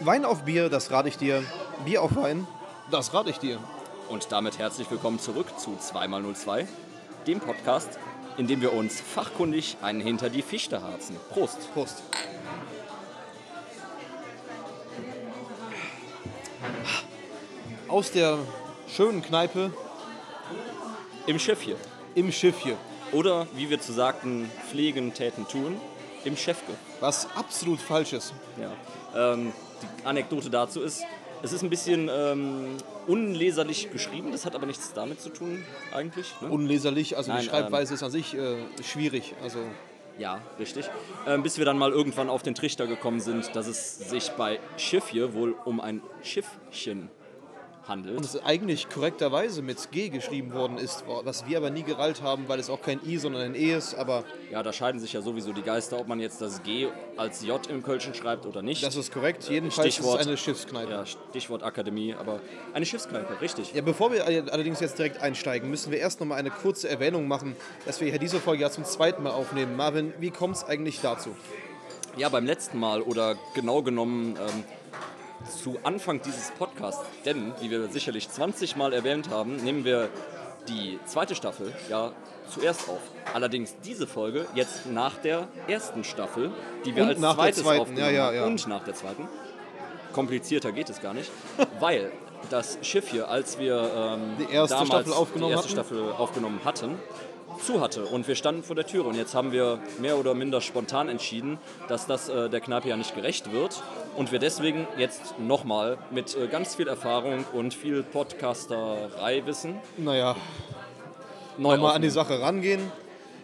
Wein auf Bier, das rate ich dir. Bier auf Wein, das rate ich dir. Und damit herzlich willkommen zurück zu 2x02, dem Podcast, in dem wir uns fachkundig einen hinter die Fichte harzen. Prost! Prost. Aus der schönen Kneipe Im Chef hier. im Schiff hier, Oder wie wir zu sagten, pflegen, täten, tun, im Chefke. was absolut falsch ist. Ja. Ähm, die Anekdote dazu ist, es ist ein bisschen ähm, unleserlich geschrieben, das hat aber nichts damit zu tun eigentlich. Ne? Unleserlich, also Nein, die Schreibweise ist an sich äh, schwierig. Also Ja, richtig. Ähm, bis wir dann mal irgendwann auf den Trichter gekommen sind, dass es sich bei Schiff hier wohl um ein Schiffchen handelt. das eigentlich korrekterweise mit G geschrieben worden ist, was wir aber nie gerallt haben, weil es auch kein I, sondern ein E ist. Aber Ja, da scheiden sich ja sowieso die Geister, ob man jetzt das G als J im Kölschen schreibt oder nicht. das ist korrekt. Jedenfalls Stichwort- ist es eine Schiffskneipe. ja, Stichwort Akademie, aber eine Schiffskneipe, richtig. Ja, bevor wir all- allerdings jetzt direkt einsteigen, müssen wir erst noch mal eine kurze Erwähnung machen, dass wir hier diese Folge ja zum zweiten Mal aufnehmen. Marvin, wie kommt es eigentlich dazu? Ja, beim letzten Mal oder genau genommen ähm, zu Anfang dieses Podcasts, denn wie wir sicherlich 20 Mal erwähnt haben, nehmen wir die zweite Staffel ja zuerst auf. Allerdings diese Folge jetzt nach der ersten Staffel, die wir Und als nach der zweites zweiten, aufgenommen ja, ja, haben ja. und nach der zweiten. Komplizierter geht es gar nicht, weil das Schiff hier, als wir ähm, Die erste damals Staffel aufgenommen die erste hatten? Staffel aufgenommen hatten, zu hatte und wir standen vor der Tür und jetzt haben wir mehr oder minder spontan entschieden, dass das äh, der Kneipe ja nicht gerecht wird und wir deswegen jetzt nochmal mit äh, ganz viel Erfahrung und viel Podcasterei-Wissen Naja, neu mal an die aufnehmen. Sache rangehen.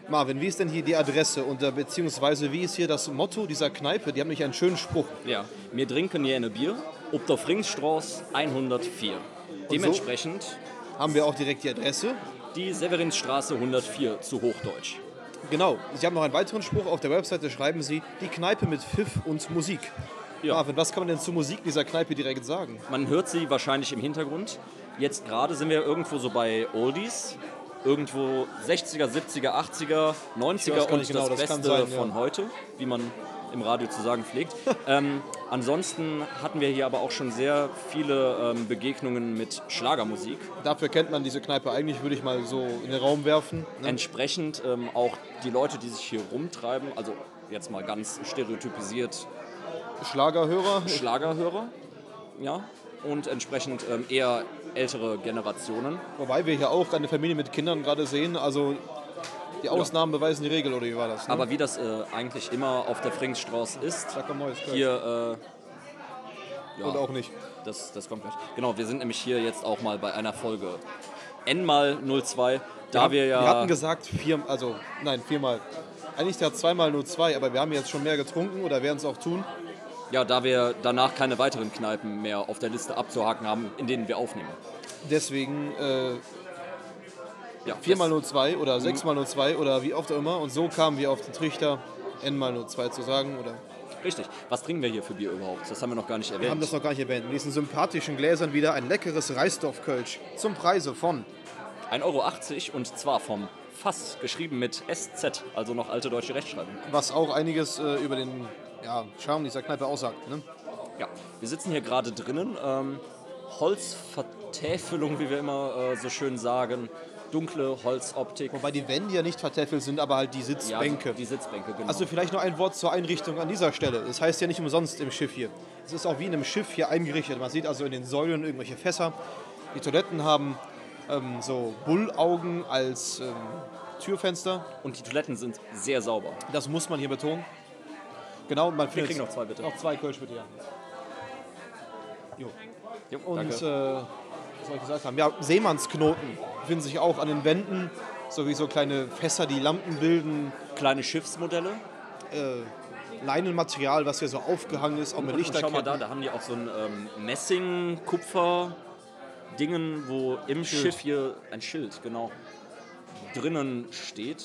Marvin, wie ist denn hier die Adresse und äh, beziehungsweise wie ist hier das Motto dieser Kneipe? Die haben nämlich einen schönen Spruch. Ja, wir trinken hier eine Bier, ob der Fringsstraße 104. Dementsprechend Haben wir auch direkt die Adresse? die Severinsstraße 104 zu Hochdeutsch. Genau, Sie haben noch einen weiteren Spruch. Auf der Webseite schreiben Sie die Kneipe mit Pfiff und Musik. Ja. Marvin, was kann man denn zur Musik dieser Kneipe direkt sagen? Man hört sie wahrscheinlich im Hintergrund. Jetzt gerade sind wir irgendwo so bei Oldies. Irgendwo 60er, 70er, 80er, 90er weiß gar und nicht genau, das das kann Beste sein, ja. von heute, wie man im Radio zu sagen pflegt. ähm, ansonsten hatten wir hier aber auch schon sehr viele ähm, Begegnungen mit Schlagermusik. Dafür kennt man diese Kneipe eigentlich, würde ich mal so in den Raum werfen. Ne? Entsprechend ähm, auch die Leute, die sich hier rumtreiben, also jetzt mal ganz stereotypisiert Schlagerhörer, Schlagerhörer, ja, und entsprechend ähm, eher ältere Generationen. Wobei wir hier auch eine Familie mit Kindern gerade sehen, also die Ausnahmen beweisen die Regel, oder wie war das? Ne? Aber wie das äh, eigentlich immer auf der Fringsstraße ist, Zack, ein neues Kölsch. hier, äh, Und ja, auch nicht. das, das kommt gleich. Genau, wir sind nämlich hier jetzt auch mal bei einer Folge N mal 02, da wir Wir ja... hatten gesagt, vier, also nein, viermal. Eigentlich der zweimal nur zwei, aber wir haben jetzt schon mehr getrunken oder werden es auch tun. Ja, da wir danach keine weiteren Kneipen mehr auf der Liste abzuhaken haben, in denen wir aufnehmen. Deswegen äh, Ja, viermal das- nur zwei oder sechsmal nur zwei oder wie oft auch immer. Und so kamen wir auf den Trichter, n mal nur zwei zu sagen. Oder Richtig. Was trinken wir hier für Bier überhaupt? Das haben wir noch gar nicht wir haben erwähnt. das noch gar nicht erwähnt. In diesen sympathischen Gläsern wieder ein leckeres Reisdorf-Kölsch zum Preise von 1,80 Euro und zwar vom Fass, geschrieben mit SZ, also noch alte deutsche Rechtschreibung. was auch einiges äh, über den ja, Charme dieser Kneipe aussagt. Ne? Ja, wir sitzen hier gerade drinnen. Ähm, Holzvertäfelung, wie wir immer äh, so schön sagen. Dunkle Holzoptik. Wobei die Wände ja nicht vertäfelt sind, aber halt die Ja, Sitzbänke. Die Sitzbänke, genau. also vielleicht noch ein Wort zur Einrichtung an dieser Stelle. Das heißt ja nicht umsonst im Schiff hier. Es ist auch wie in einem Schiff hier eingerichtet. Man sieht also in den Säulen irgendwelche Fässer. Die Toiletten haben ähm, so Bullaugen als ähm, Türfenster. Und die Toiletten sind sehr sauber. Das muss man hier betonen. Genau, und man Wir kriegen noch zwei, bitte. Noch zwei Kölsch bitte, ja. Jo. Jo, Und äh, was danke. soll ich gesagt haben? Ja, Seemannsknoten finden sich auch an den Wänden. Sowieso kleine Fässer, die Lampen bilden. Kleine Schiffsmodelle. Leinenmaterial, was hier so aufgehangen ist, auch mit Und schau mal da, Lichterketten. da haben die auch so ein ähm, Messing-Kupfer-Dingen, wo im Schiff hier ein Schild, genau, drinnen steht.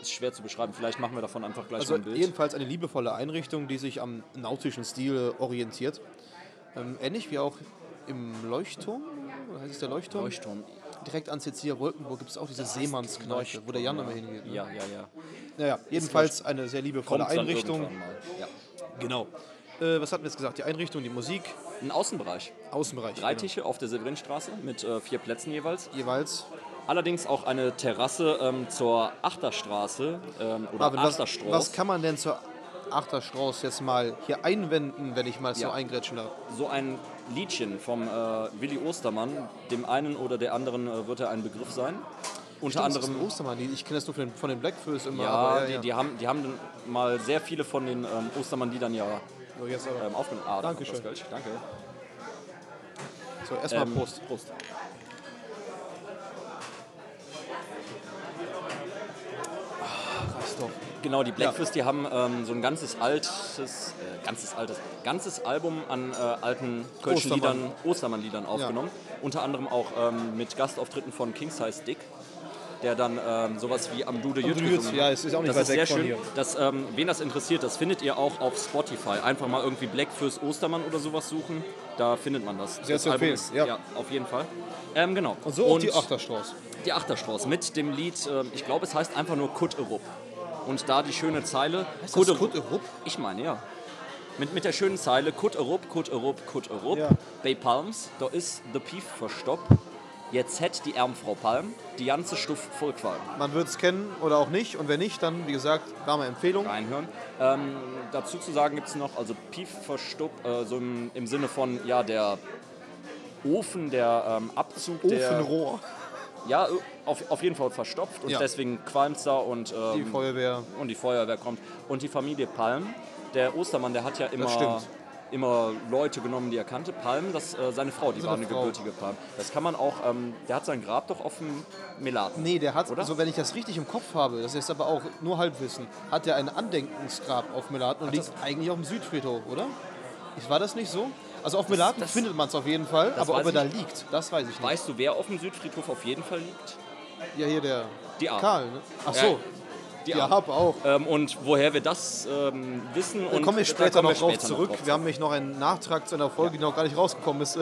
Ist schwer zu beschreiben. Vielleicht machen wir davon einfach gleich Also mal ein Bild. jedenfalls eine liebevolle Einrichtung, die sich am nautischen Stil äh, orientiert. Ähm, ähnlich wie auch im Leuchtturm, oder heißt es der Leuchtturm? Leuchtturm. Direkt an Cecilia Wolkenburg gibt es auch diese Seemannskneipe, wo der Jan immer hingeht. Ne? Ja, ja, ja. Naja, jedenfalls eine sehr liebevolle dann Einrichtung. irgendwann mal. Ja. Genau. äh, was hatten wir jetzt gesagt? Die Einrichtung, die Musik, Ein Außenbereich. Außenbereich. Drei genau. Tische auf der Severinstraße mit äh, vier Plätzen jeweils. Jeweils. Allerdings auch eine Terrasse ähm, zur Achterstraße ähm, oder Marvin, was, Achterstrauß. was kann man denn zur Achterstrauß jetzt mal hier einwenden, wenn ich mal so Ja. eingrätschen darf? so ein Liedchen vom äh, Willi Ostermann, dem einen oder der anderen äh, wird er ein Begriff sein. Unter Das ist anderem ein Ostermann, die- ich kenne das nur von den, von den Blackfoes immer. ja, aber, die, die haben, die haben dann mal sehr viele von den ähm, Ostermann-Liedern ja So, jetzt aber. ähm, aufgenommen. Ah, da kommt Dankeschön. das Kölsch. Danke. so, erstmal Ähm, Prost. Prost. Passt doch. Genau, die Blackfist, die haben ähm, so ein ganzes altes, äh, ganzes altes, ganzes Album an äh, alten kölschen Ostermann. Liedern, Ostermann-Liedern aufgenommen. Unter anderem auch ähm, mit Gastauftritten von King Size Dick, der dann ähm, sowas wie Am Dude Jüt Dude Jüt, gesungen ja, hat. es ist auch nicht das weit ist weg sehr von schön. hier. Das, ähm, wen das interessiert, das findet ihr auch auf Spotify. Einfach mal irgendwie Blackfist Ostermann oder sowas suchen, da findet man das. Sehr das zu Album empfehlen, ist, ja. auf jeden Fall. Ähm, genau. Und so auch die Achterstrauß. Die Achterstrauß mit dem Lied, äh, ich glaube, es heißt einfach nur Kutterup. Und da die schöne Zeile. Kutterup? Rupp? Ich meine, ja. Mit, mit der schönen Zeile Kutterup, Kutterup, Kutterup. Ja. Bei Palms, da ist der Pief verstopp. Jetzt hätt die Ärmfrau Palm die ganze Stuff voll Qualm. Man wird es kennen oder auch nicht. Und wenn nicht, dann, wie gesagt, warme Empfehlung. Reinhören. Ähm, dazu zu sagen gibt es noch, also Pief verstopp, äh, so im, im Sinne von, ja, der Ofen, der ähm, Abzug, der. Ofenrohr. Ja, äh, auf, auf jeden Fall verstopft und Ja. deswegen qualmt's da und. Die Ähm, Feuerwehr. und die Feuerwehr kommt. Und die Familie Palm, der Ostermann, der hat ja immer, stimmt. immer Leute genommen, die er kannte. Palm, das, äh, seine Frau, die war Seine eine Frau. gebürtige Palm. Das kann man auch, ähm, der hat sein Grab doch auf dem Melaten. Nee, der hat, Oder? so wenn ich das richtig im Kopf habe, das ist aber auch nur Halbwissen, hat er ein Andenkensgrab auf Melaten und liegt eigentlich auf dem Südfriedhof, oder? Ist- War das nicht so? Also auf Melaten das- findet man es auf jeden Fall, aber ob weiß er da ich liegt, das weiß ich nicht. Weißt du, wer auf dem Südfriedhof auf jeden Fall liegt? Ja, hier der Die Arme. Karl, ne? Ach so, Die ja, Arme. hab auch. Ähm, und woher wir das ähm, wissen und Dann kommen wir da später kommen noch wir drauf später zurück. drauf wir haben nämlich noch einen Nachtrag zu einer Folge, die noch gar nicht rausgekommen ist.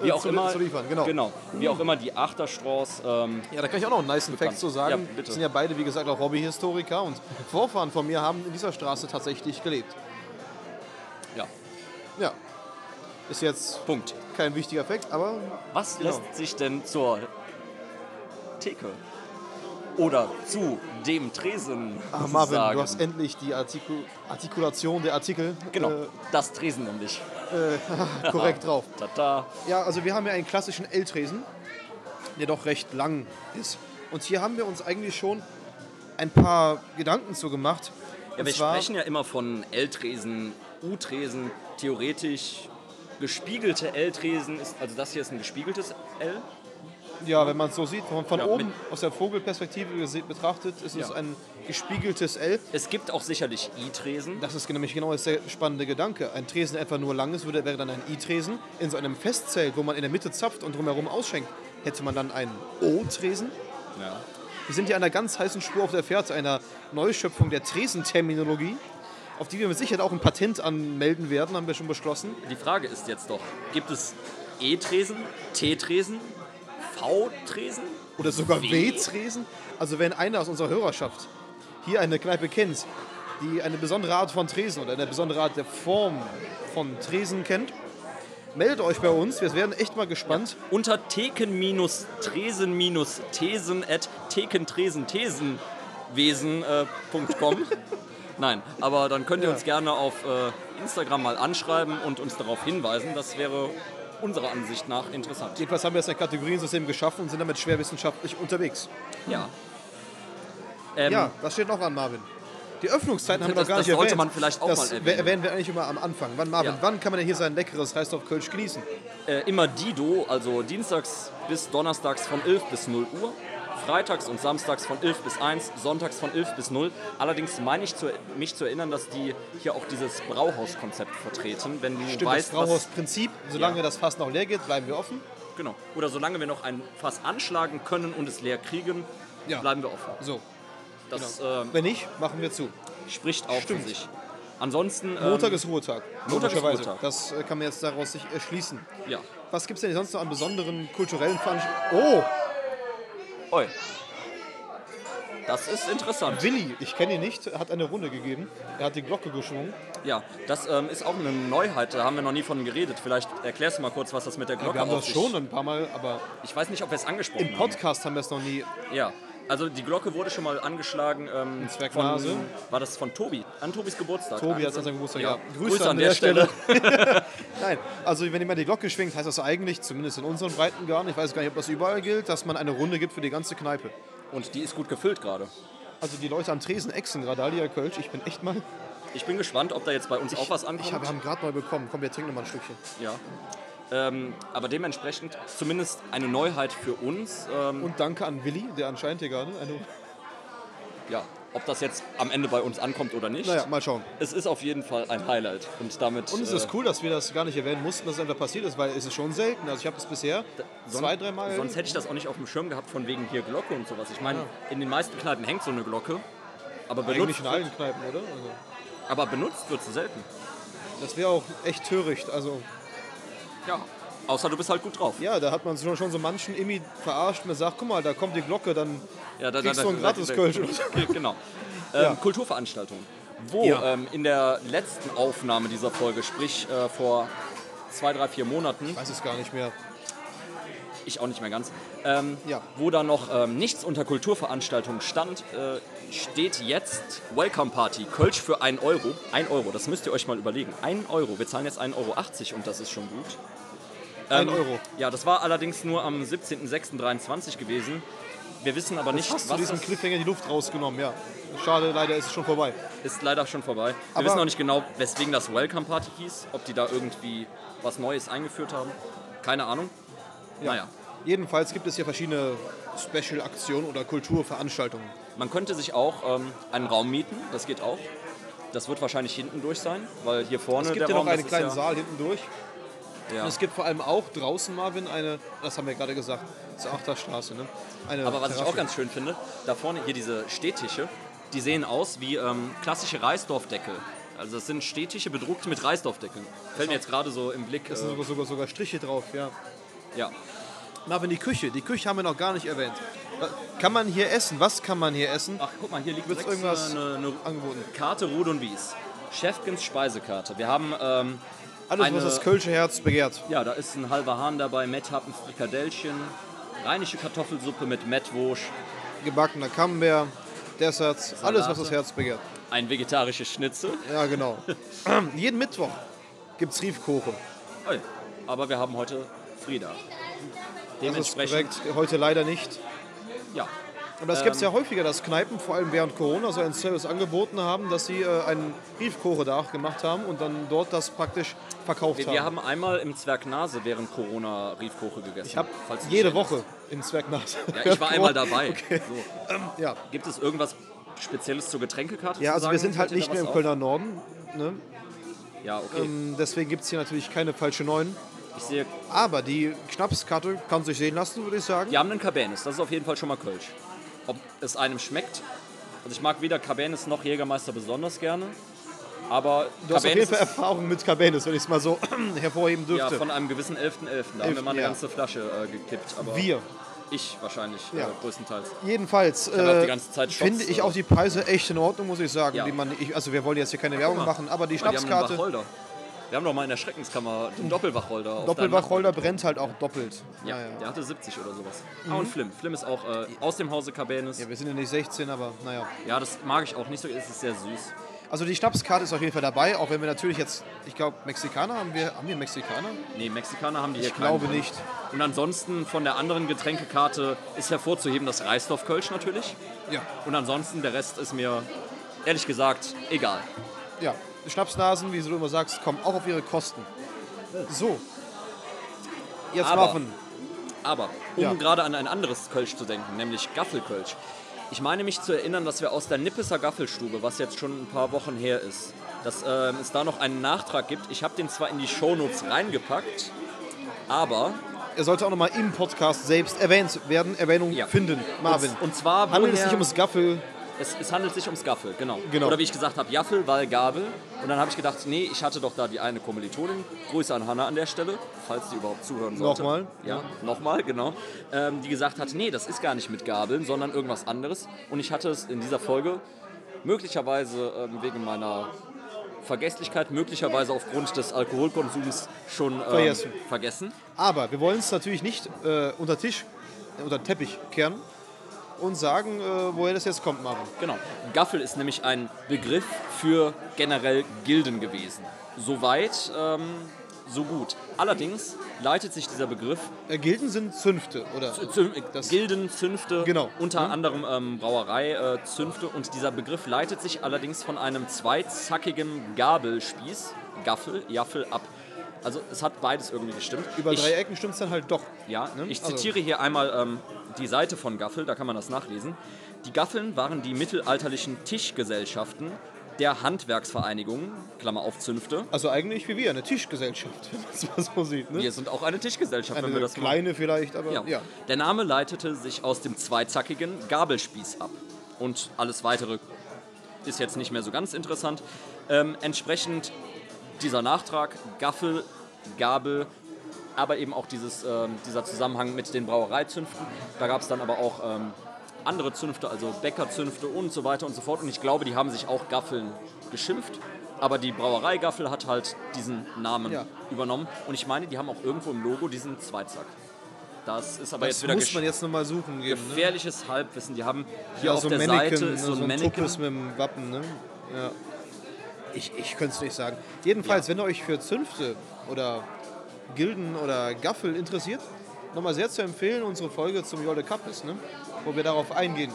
wie auch zu, immer, zu liefern, genau. Wie auch immer die Achterstrauß. Ähm, Ja, da kann ich auch noch einen nice Fact zu sagen. Ja, bitte. Wir sind ja beide, wie gesagt, auch Hobbyhistoriker und Vorfahren von mir haben in dieser Straße tatsächlich gelebt. ja, Ja. Ist jetzt Punkt. kein wichtiger Fact, aber Was Genau. lässt sich denn zur Theke oder zu dem Tresen ah, Marvin, sagen? du hast endlich die Artiku Artikulation der Artikel genau, das Tresen nämlich. äh, korrekt drauf. Tata. Ja, also wir haben ja einen klassischen L-Tresen, der doch recht lang ist. Und hier haben wir uns eigentlich schon ein paar Gedanken zu gemacht. Ja, Und wir zwar- sprechen ja immer von L-Tresen, U-Tresen, theoretisch gespiegelte L-Tresen ist, also das hier ist ein gespiegeltes L. Ja, wenn man es so sieht, von, von Ja, oben aus der Vogelperspektive gese- betrachtet, ist es Ja. ein gespiegeltes L. Es gibt auch sicherlich I-Tresen. Das ist nämlich genau das der spannende Gedanke. Ein Tresen etwa nur lang ist, würde, wäre dann ein I-Tresen. In so einem Festzelt, wo man in der Mitte zapft und drumherum ausschenkt, hätte man dann einen O-Tresen. Ja. Wir sind hier an einer ganz heißen Spur auf der Fährte, einer Neuschöpfung der Tresenterminologie, auf die wir mit Sicherheit auch ein Patent anmelden werden, haben wir schon beschlossen. Die Frage ist jetzt doch, gibt es E-Tresen, T-Tresen, V-Tresen? Oder sogar W? W-Tresen. Also wenn einer aus unserer Hörerschaft hier eine Kneipe kennt, die eine besondere Art von Tresen oder eine besondere Art der Form von Tresen kennt, meldet euch bei uns. Wir wären echt mal gespannt. unter theken-tresen-thesen at thekentresenthesenwesen.com. Nein, aber dann könnt ihr Ja. uns gerne auf äh, Instagram mal anschreiben und uns darauf hinweisen. Das wäre unserer Ansicht nach interessant. Jedenfalls haben wir jetzt ein Kategoriensystem geschaffen und sind damit schwerwissenschaftlich unterwegs. Ja. Ähm, Ja, was steht noch an, Marvin? Die Öffnungszeiten haben wir noch Das- gar das nicht sollte erwähnt. man vielleicht auch das mal erwähnen. erwähnen. erwähnen wir eigentlich immer am Anfang. Wann, Marvin, Ja. wann kann man denn hier sein leckeres Reis auf Kölsch genießen? äh, immer Dido, also dienstags bis donnerstags von 11 bis 0 Uhr, freitags und samstags von 11 bis 1, sonntags von 11 bis 0. Allerdings meine ich zu, mich zu erinnern, dass die hier auch dieses Brauhauskonzept vertreten, wenn du Stimmt, weißt, das Brauhausprinzip. Solange Ja. das Fass noch leer geht, bleiben wir offen. was, genau. Oder solange wir noch ein Fass anschlagen können und es leer kriegen, Ja. bleiben wir offen. So, Das ähm, wenn nicht, machen wir zu. spricht auch Stimmt. für sich. Ansonsten ähm, Montag ist Ruhetag. Montag ist logischerweise. Ruhetag. Das äh, kann man jetzt daraus sich erschließen. ja. Was gibt es denn sonst noch an besonderen kulturellen Veranstaltungen? Oh, Oi. Das ist interessant. Willi, ich kenne ihn nicht, hat eine Runde gegeben. Er hat die Glocke geschwungen. Ja, das ähm, ist auch eine Neuheit, da haben wir noch nie von geredet. Vielleicht erklärst du mal kurz, was das mit der Glocke Wir haben auf das sich schon ein paar Mal, aber Ich weiß nicht, ob wir es angesprochen im Podcast haben wir es noch nie. haben. Ja. Also die Glocke wurde schon mal angeschlagen. Ähm, Zwergnase. von, war das von Tobi? An Tobis Geburtstag. Tobi hat es an seinem Geburtstag. Ja. Ja. Grüße an der Nein, also wenn jemand die Glocke schwingt, heißt das eigentlich, zumindest in unseren Breitengraden, ich weiß gar nicht, ob das überall gilt, dass man eine Runde gibt für die ganze Kneipe. Und die ist gut gefüllt gerade. Also die Leute am Tresen exen gerade, Alia Kölsch, ich bin echt mal... Ich bin gespannt, ob da jetzt bei uns auch was ankommt. Ich hab, wir haben gerade neu bekommen. Komm, wir trinken noch mal ein Stückchen. ja. ähm, aber dementsprechend zumindest eine Neuheit für uns. Ähm, Und danke an Willi, der anscheinend hier gerade... also, Eine, ja, ob das jetzt am Ende bei uns ankommt oder nicht. naja, mal schauen. Es ist auf jeden Fall ein Highlight. Und damit. Und es äh, ist cool, dass wir das gar nicht erwähnen mussten, dass es einfach passiert ist, weil es ist schon selten. Also ich habe das bisher son- zwei, dreimal... Sonst hätte ich das auch nicht auf dem Schirm gehabt, von wegen hier Glocke und sowas. Ich meine, in den meisten Kneipen hängt so eine Glocke. Aber Eigentlich benutzt, in allen Kneipen, oder? Also aber benutzt wird sie selten. das wäre auch echt töricht. Also Ja. Außer du bist halt gut drauf. ja, da hat man schon, schon so manchen Immi verarscht und man sagt, guck mal, da kommt die Glocke, dann Ja, da, kriegst du einen Gratiskölsch oder so. Genau. Ähm, Kulturveranstaltungen. Wo Ja. ähm, in der letzten Aufnahme dieser Folge, sprich äh, vor zwei, drei, vier Monaten, Weiß es gar nicht mehr. ich auch nicht mehr ganz, ähm, Ja. wo da noch ähm, nichts unter Kulturveranstaltungen stand, äh, steht jetzt Welcome Party, Kölsch für 1 Euro. 1 Euro, das müsst ihr euch mal überlegen. 1 Euro, wir zahlen jetzt 1,80 Euro und das ist schon gut. Ein Ähm, Euro. Ja, das war allerdings nur am 17.06.23 gewesen. Wir wissen aber nicht, Hast du was diesen das Cliffhanger die Luft rausgenommen, ja. Schade, leider ist es schon vorbei. ist leider schon vorbei. Wir Aber- wissen noch nicht genau, weswegen das Welcome Party hieß, ob die da irgendwie was Neues eingeführt haben. Keine Ahnung. Naja. Jedenfalls gibt es hier verschiedene Special-Aktionen oder Kulturveranstaltungen. Man könnte sich auch ähm, einen Raum mieten, das geht auch. Das wird wahrscheinlich hinten durch sein, weil hier vorne Es gibt Ne, der ja noch Raum, einen das ist kleinen Saal hinten durch. ja, Und ja. es gibt vor allem auch draußen, Marvin, eine, das haben wir gerade gesagt, zur Achterstraße, ne? Eine Aber was ich Terrasse. auch ganz schön finde, da vorne hier diese Stehtische, die sehen aus wie ähm, klassische Reisdorfdeckel. Also das sind Stehtische bedruckt mit Reisdorfdeckeln. Fällt mir jetzt gerade so im Blick. Äh, Da sind sogar, sogar, sogar Striche drauf, ja. ja. Marvin, die Küche, die Küche haben wir noch gar nicht erwähnt. Äh, Kann man hier essen? Was kann man hier essen? Ach, guck mal, hier liegt Wird's direkt irgendwas eine, eine angeboten? Karte Rude und Wies. Chefkins Speisekarte. Wir haben, ähm, Alles, Eine- was das Kölsche Herz begehrt. ja, da ist ein halber Hahn dabei, Metthappen, Frikadellchen, rheinische Kartoffelsuppe mit Mettwursch, Gebackener Camembert, Desserts, alles, was das Salate. Herz begehrt. ein vegetarisches Schnitzel. Ja, genau. Jeden Mittwoch gibt's Riefkuchen. Oi. Aber wir haben heute Frieda. Das ist Dementsprechend, Ähm. korrekt. Heute leider nicht. ja. Aber das gibt's ja häufiger, dass Kneipen vor allem während Corona so einen Service angeboten haben, dass sie äh, einen Riefkuchen-Dach gemacht haben und dann dort das praktisch verkauft Wir, haben. wir haben einmal im Zwergnase während Corona Riefkoche gegessen. ich habe falls du dich jede erinnerst. Woche im Zwergnase. Ja, ich war einmal dabei. So. Ja. Gibt es irgendwas Spezielles zur Getränkekarte? Ja, zu also sagen? wir sind halt Fällt dir nicht da mehr was im auf? Kölner Norden. Ne? Ja, okay. Ähm, Deswegen gibt es hier natürlich keine falsche Neuen. ich sehe, Aber die Schnapskarte kann sich sehen lassen, würde ich sagen. die haben einen Cabernes. Das ist auf jeden Fall schon mal Kölsch. Ob es einem schmeckt. Also ich mag weder Cabernes noch Jägermeister besonders gerne. Aber du hast auf jeden Fall Erfahrung mit Cabernet, wenn ich es mal so hervorheben ja, dürfte. von einem gewissen 11.11. Da haben wir mal eine ja. ganze Flasche äh, gekippt. Aber Wir. Ich wahrscheinlich Ja. äh, größtenteils. Jedenfalls habe auch äh, die ganze Zeit Shots, finde ich äh, auch die Preise echt in Ordnung, muss ich sagen. Ja. Die man, ich, also wir wollen jetzt hier keine Werbung mal. machen, aber die Weil Ah. die haben einen Schnapskarte, Wacholder. Wir haben doch mal in der Schreckenskammer den Doppelwacholder. auf Doppelwacholder Ah, brennt halt auch doppelt. deinem- Ja, Naja. der hatte 70 oder sowas. Ah, und Flim. Flim ist auch äh, aus dem Hause Cabernes. Mhm. Ja, wir sind ja nicht 16, aber naja. Ja, das mag ich auch nicht so. Es ist sehr süß. Also die Schnapskarte ist auf jeden Fall dabei, auch wenn wir natürlich jetzt, ich glaube, Mexikaner haben wir, haben wir Mexikaner? Nee, Mexikaner haben die hier Ich keinen glaube drin. nicht. Und ansonsten von der anderen Getränkekarte ist hervorzuheben das Reisdorf-Kölsch natürlich. Ja, Und ansonsten der Rest ist mir ehrlich gesagt egal. ja. Schnapsnasen, wie du immer sagst, kommen auch auf ihre Kosten. So. Jetzt Aber- Marvin. Aber um Ja. gerade an ein anderes Kölsch zu denken, nämlich Gaffelkölsch. Ich meine mich zu erinnern, dass wir aus der Nippeser Gaffelstube, was jetzt schon ein paar Wochen her ist, dass ähm, es da noch einen Nachtrag gibt. Ich habe den zwar in die Shownotes reingepackt, aber Er sollte auch nochmal im Podcast selbst erwähnt werden, Erwähnung Ja. finden. Marvin. Und, und zwar Handelt es um woher- sich ums Gaffel Es, es handelt sich ums Gaffel, genau. Genau. Oder wie ich gesagt habe, Jaffel, weil Gabel. Und dann habe ich gedacht, nee, ich hatte doch da die eine Kommilitonin. Grüße an Hanna an der Stelle, falls sie überhaupt zuhören sollte. Nochmal. Ja, nochmal, genau. Ähm, die gesagt hat, nee, das ist gar nicht mit Gabeln, sondern irgendwas anderes. Und ich hatte es in dieser Folge möglicherweise ähm, wegen meiner Vergesslichkeit, möglicherweise aufgrund des Alkoholkonsums schon ähm, Vergessen. vergessen. Aber wir wollen es natürlich nicht äh, unter Tisch, äh, unter Teppich kehren und sagen, äh, woher das jetzt kommt, Marvin. Genau. Gaffel ist nämlich ein Begriff für generell Gilden gewesen. Soweit, ähm, so gut. Allerdings leitet sich dieser Begriff Äh, Gilden sind Zünfte, oder? Zün Das- Gilden, Zünfte, Genau. unter anderem ähm, Brauerei, äh, Zünfte und dieser Begriff leitet sich allerdings von einem zweizackigen Gabelspieß, Gaffel, Jaffel ab. Also es hat beides irgendwie gestimmt. Über ich, drei Ecken stimmt es dann halt doch. ja, Ne? ich Also- zitiere hier einmal ähm, die Seite von Gaffel, da kann man das nachlesen. Die Gaffeln waren die mittelalterlichen Tischgesellschaften der Handwerksvereinigungen, Klammer auf Zünfte. Also eigentlich wie wir, eine Tischgesellschaft, wenn man es mal so sieht. Ne? Wir sind auch eine Tischgesellschaft, wenn eine wir das machen. kleine vielleicht, aber ja. Ja. Der Name leitete sich aus dem zweizackigen Gabelspieß ab. Und alles weitere ist jetzt nicht mehr so ganz interessant. Ähm, entsprechend dieser Nachtrag, Gaffel, Gabel, aber eben auch dieses, ähm, dieser Zusammenhang mit den Brauereizünften. Da gab es dann aber auch ähm, andere Zünfte, also Bäckerzünfte und so weiter und so fort. Und ich glaube, die haben sich auch Gaffeln geschimpft. Aber die Brauerei Gaffel hat halt diesen Namen Ja. übernommen. Und ich meine, die haben auch irgendwo im Logo diesen Zweizack. Das ist aber Das jetzt wieder muss gesch- man jetzt nochmal suchen gehen. Ne? gefährliches Halbwissen. Die haben hier Ja, auf so ein der Mannequin, Seite ne, ist so ein Mannequin. Tuppes mit dem Wappen. Ne? Ja. Ich, ich könnte es nicht sagen. Jedenfalls, wenn ihr euch für Zünfte oder Gilden oder Gaffel interessiert, nochmal sehr zu empfehlen, unsere Folge zum Jolde Cup ist, ne? wo wir darauf eingehen.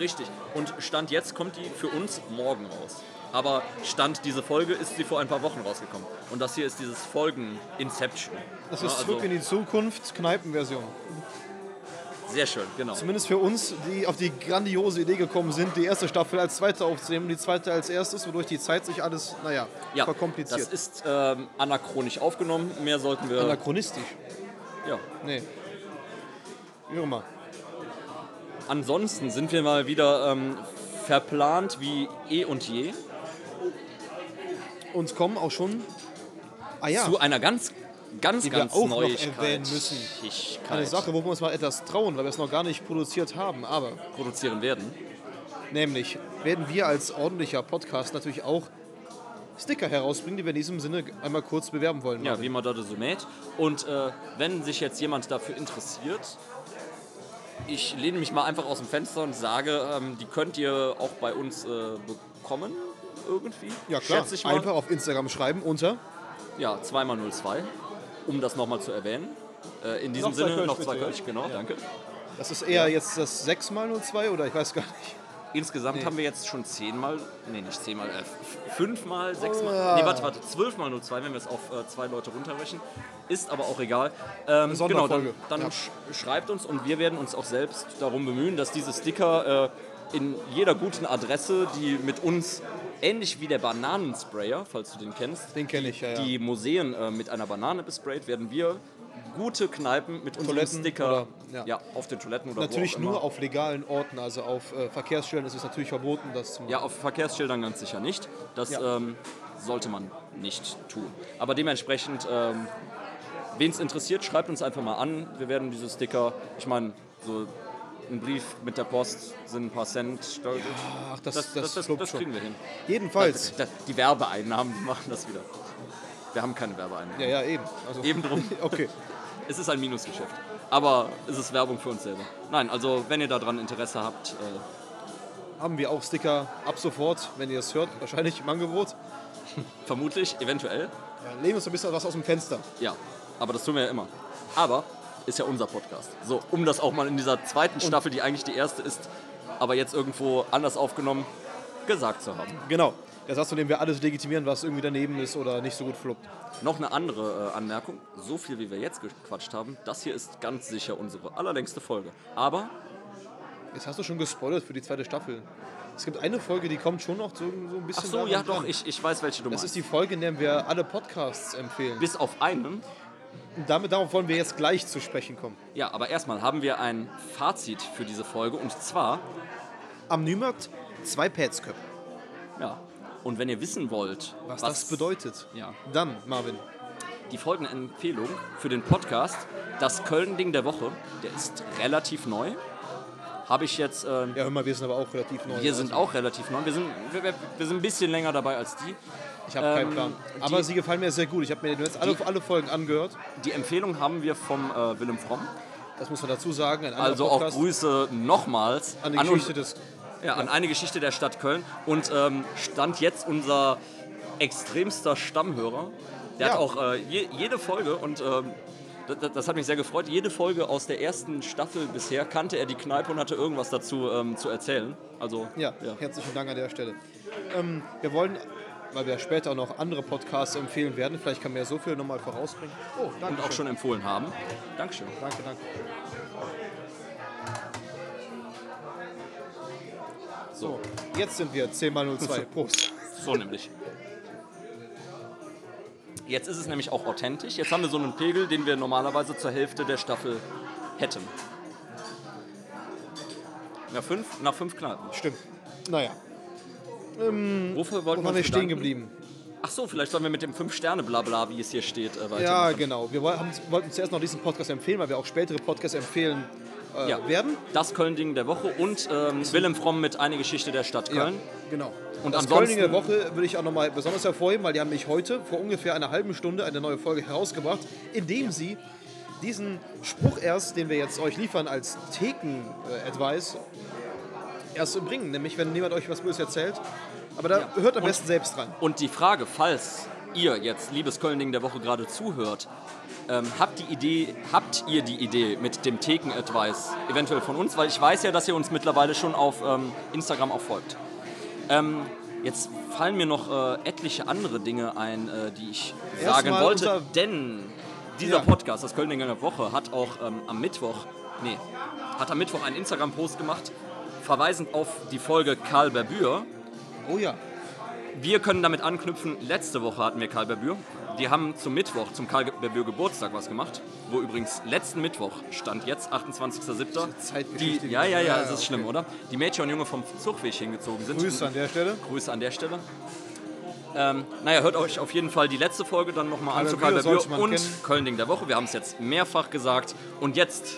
Richtig. Und Stand jetzt kommt die für uns morgen raus. Aber Stand diese Folge ist sie vor ein paar Wochen rausgekommen. Und das hier ist dieses Folgen-Inception. Das Ja, also ist zurück in die Zukunft, Kneipenversion. Sehr schön, genau. Zumindest für uns, die auf die grandiose Idee gekommen sind, die erste Staffel als zweite aufzunehmen und die zweite als erstes, wodurch die Zeit sich alles, naja, Ja, verkompliziert. das ist äh, ähm, anachronisch aufgenommen. Mehr sollten wir... Anachronistisch. ja. Nee. Wie auch immer. Ansonsten sind wir mal wieder ähm, verplant wie eh und je Uns kommen auch schon. Ah ja, zu einer ganz, ganz, Die wir ganz auch noch Neuigkeit. erwähnen müssen. Neuigkeit eine Sache, wo wir uns mal etwas trauen, weil wir es noch gar nicht produziert haben. Aber produzieren werden. nämlich werden wir als ordentlicher Podcast natürlich auch Sticker herausbringen, die wir in diesem Sinne einmal kurz bewerben wollen. Ja, wie man da so mäht. Und äh, wenn sich jetzt jemand dafür interessiert, ich lehne mich mal einfach aus dem Fenster und sage, ähm, die könnt ihr auch bei uns äh, bekommen. Irgendwie. ja klar. Schätze ich mal. Einfach auf Instagram schreiben unter. Ja, 2x02, um das nochmal zu erwähnen. Äh, in diesem Noch zwei Sinne Kölsch, noch zwei bitte, ja. Kölsch, genau, danke. Das ist eher jetzt das 6x02 oder ich weiß gar nicht. Insgesamt haben wir jetzt schon zehnmal, nee, nicht zehnmal, äh, f- fünfmal, sechsmal, Ah. nee, warte, warte, zwölfmal nur zwei, wenn wir es auf äh, zwei Leute runterrechnen. Ist aber auch egal. Ähm, genau, Sonderfolge. dann, Ja. dann sch schreibt uns und wir werden uns auch selbst darum bemühen, dass diese Sticker äh, in jeder guten Adresse, die mit uns, ähnlich wie der Bananensprayer, falls du den kennst, Den kenne ich ja. ja. die Museen äh, mit einer Banane besprayt, werden wir gute Kneipen mit unserem Toiletten Sticker oder- ja. ja. auf den Toiletten oder wo Natürlich auch immer. nur auf legalen Orten, also auf äh, Verkehrsstellen ist es natürlich verboten, das zu machen. Ja, auf Verkehrsschildern ganz sicher nicht. Das Ja. ähm, sollte man nicht tun. Aber dementsprechend, ähm, wen es interessiert, schreibt uns einfach mal an. Wir werden diese Sticker, ich meine, so ein Brief mit der Post sind ein paar Cent. Da- Ach, das, das, das, das, klappt das kriegen wir hin. Jedenfalls. Da- da- Die Werbeeinnahmen, die machen das wieder. Wir haben keine Werbeeinnahmen. Ja, ja, eben. Also, Eben drum. Okay. Es ist ein Minusgeschäft. Aber es ist Werbung für uns selber. Nein, also wenn ihr daran Interesse habt, äh, haben wir auch Sticker ab sofort, wenn ihr es hört, wahrscheinlich im Angebot. vermutlich, eventuell, Ja, lehnen uns ein bisschen was aus dem Fenster. Ja, aber das tun wir ja immer. Aber ist ja unser Podcast. So, um das auch mal in dieser zweiten Staffel, die eigentlich die erste ist, aber jetzt irgendwo anders aufgenommen, gesagt zu haben. Genau. Der Satz, von dem wir alles legitimieren, was irgendwie daneben ist oder nicht so gut fluppt. Noch eine andere äh, Anmerkung. So viel, wie wir jetzt gequatscht haben, das hier ist ganz sicher unsere allerlängste Folge. Aber Jetzt hast du schon gespoilert für die zweite Staffel. Es gibt eine Folge, die kommt schon noch so, so ein bisschen. ach so, daran ja dran. doch, ich, ich weiß, welche du Das meinst. ist die Folge, in der wir alle Podcasts empfehlen. Bis auf einen. Und damit darauf wollen wir jetzt gleich zu sprechen kommen. Ja, aber erstmal haben wir ein Fazit für diese Folge und zwar Am Nymarkt Zwei Padsköpfe. Ja. Und wenn ihr wissen wollt, Was, das bedeutet, Ja. dann, Marvin, Die folgende Empfehlung für den Podcast, das Köln-Ding der Woche, der ist relativ neu. Habe ich jetzt, ähm, ja, hör mal, wir sind aber auch relativ neu. wir sind also, auch relativ neu, wir sind, wir, wir wir sind ein bisschen länger dabei als die. Ich habe keinen ähm, Plan. Aber die- sie gefallen mir sehr gut. Ich habe mir jetzt alle, Die- alle Folgen angehört. Die Empfehlung haben wir vom äh, Willem Fromm. Das muss man dazu sagen. Ein anderer Also Podcast auch Grüße nochmals an die an, Geschichte un, des. ja, an eine Geschichte der Stadt Köln. Und ähm, stand jetzt unser extremster Stammhörer. Der Ja. hat auch äh, je, jede Folge und ähm, das, das hat mich sehr gefreut. Jede Folge aus der ersten Staffel bisher kannte er die Kneipe und hatte irgendwas dazu ähm, zu erzählen. Also Ja, herzlichen Dank an der Stelle. Ähm, wir wollen, weil wir später auch noch andere Podcasts empfehlen werden, vielleicht kann man ja so viel nochmal vorausbringen. Oh, danke. und auch schon empfohlen haben. Dankeschön. Danke, danke. So, jetzt sind wir 10 mal 02. Prost. So nämlich. Jetzt ist es nämlich auch authentisch. Jetzt haben wir so einen Pegel, den wir normalerweise zur Hälfte der Staffel hätten. Nach fünf, nach fünf Kneipen. Stimmt. Naja, Wofür wollten wo wir waren uns wir stehen bedanken? geblieben? Ach so, vielleicht sollen wir mit dem Fünf-Sterne-Blabla, wie es hier steht, äh, weitermachen. Ja, genau. Wir woll- haben, wollten zuerst noch diesen Podcast empfehlen, weil wir auch spätere Podcasts empfehlen äh, Ja. werden. Das Köln-Ding der Woche und ähm, Willem Fromm mit Eine Geschichte der Stadt Köln. Ja, genau. Und das ansonsten- Kölninger Woche würde ich auch nochmal besonders hervorheben, weil die haben mich heute vor ungefähr einer halben Stunde eine neue Folge herausgebracht, indem sie diesen Spruch erst, den wir jetzt euch liefern als Theken-Advice, erst bringen. Nämlich, wenn jemand euch was Böses erzählt. Aber da hört am Und- besten selbst dran. Und die Frage, falls ihr jetzt, liebes Köln-Ding der Woche, gerade zuhört, ähm, habt, die Idee, habt ihr die Idee mit dem Theken-Advice eventuell von uns? Weil ich weiß ja, dass ihr uns mittlerweile schon auf ähm, Instagram auch folgt. Ähm, jetzt fallen mir noch äh, etliche andere Dinge ein, äh, die ich sagen Erstmal wollte. unser- Denn dieser Ja. Podcast, das Köln-Ding der Woche, hat auch ähm, am Mittwoch, nee, hat am Mittwoch einen Instagram-Post gemacht, verweisend auf die Folge Karl Berbür. Oh ja. Wir können damit anknüpfen, letzte Woche hatten wir Karl Berbür. Die haben zum Mittwoch, zum Karl Berbür Geburtstag was gemacht, wo übrigens letzten Mittwoch stand jetzt, 28.07. Zeitgeschichte. Die, ja, Ja, ja, ja, ja, es ist schlimm, oder? Die Mädchen und Junge vom Zugweg hingezogen sind. Grüße an der Stelle. Grüße an der Stelle. Ähm, naja, hört euch auf jeden Fall die letzte Folge dann nochmal an Karl zu Karl Berbür Berbür sollte man und kennen. Köln-Ding der Woche. Wir haben es jetzt mehrfach gesagt. Und jetzt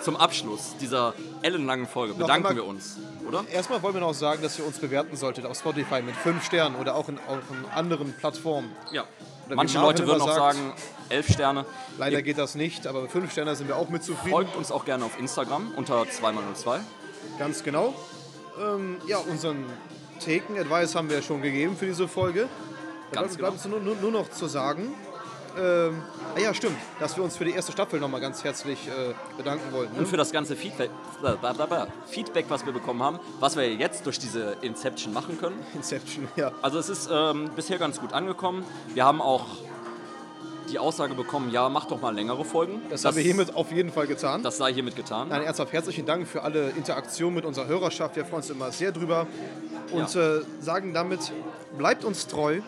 zum Abschluss dieser ellenlangen Folge bedanken einmal- wir uns, oder? Erstmal wollen wir noch sagen, dass ihr uns bewerten solltet auf Spotify mit 5 Sternen oder auch in, auch in anderen Plattformen. Ja. Oder wie Manche Marvin Leute würden immer auch sagt. sagen, elf Sterne. Leider Ihr geht das nicht, aber 5 Sterne sind wir auch mit zufrieden. folgt uns auch gerne auf Instagram unter 2x02. Ganz genau. Ähm, ja, unseren Theken-Advice haben wir schon gegeben für diese Folge. Da Ganz bleibt, genau. bleibt uns nur, nur, nur noch zu sagen. Ähm, ah ja, stimmt, dass wir uns für die erste Staffel nochmal ganz herzlich äh, bedanken wollen. Ne? Und für das ganze Feedback, blablabla, Feedback, was wir bekommen haben, was wir jetzt durch diese Inception machen können. Inception, ja. Also es ist ähm, bisher ganz gut angekommen. Wir haben auch die Aussage bekommen, ja, mach doch mal längere Folgen. Das, haben wir hiermit auf jeden Fall getan. Das sei hiermit getan. Nein, ernsthaft herzlichen Dank für alle Interaktion mit unserer Hörerschaft. Wir freuen uns immer sehr drüber. Und äh, sagen damit, bleibt uns treu.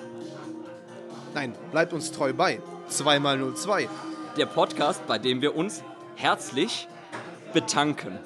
Nein, bleibt uns treu bei 2x02. Der Podcast, bei dem wir uns herzlich betanken.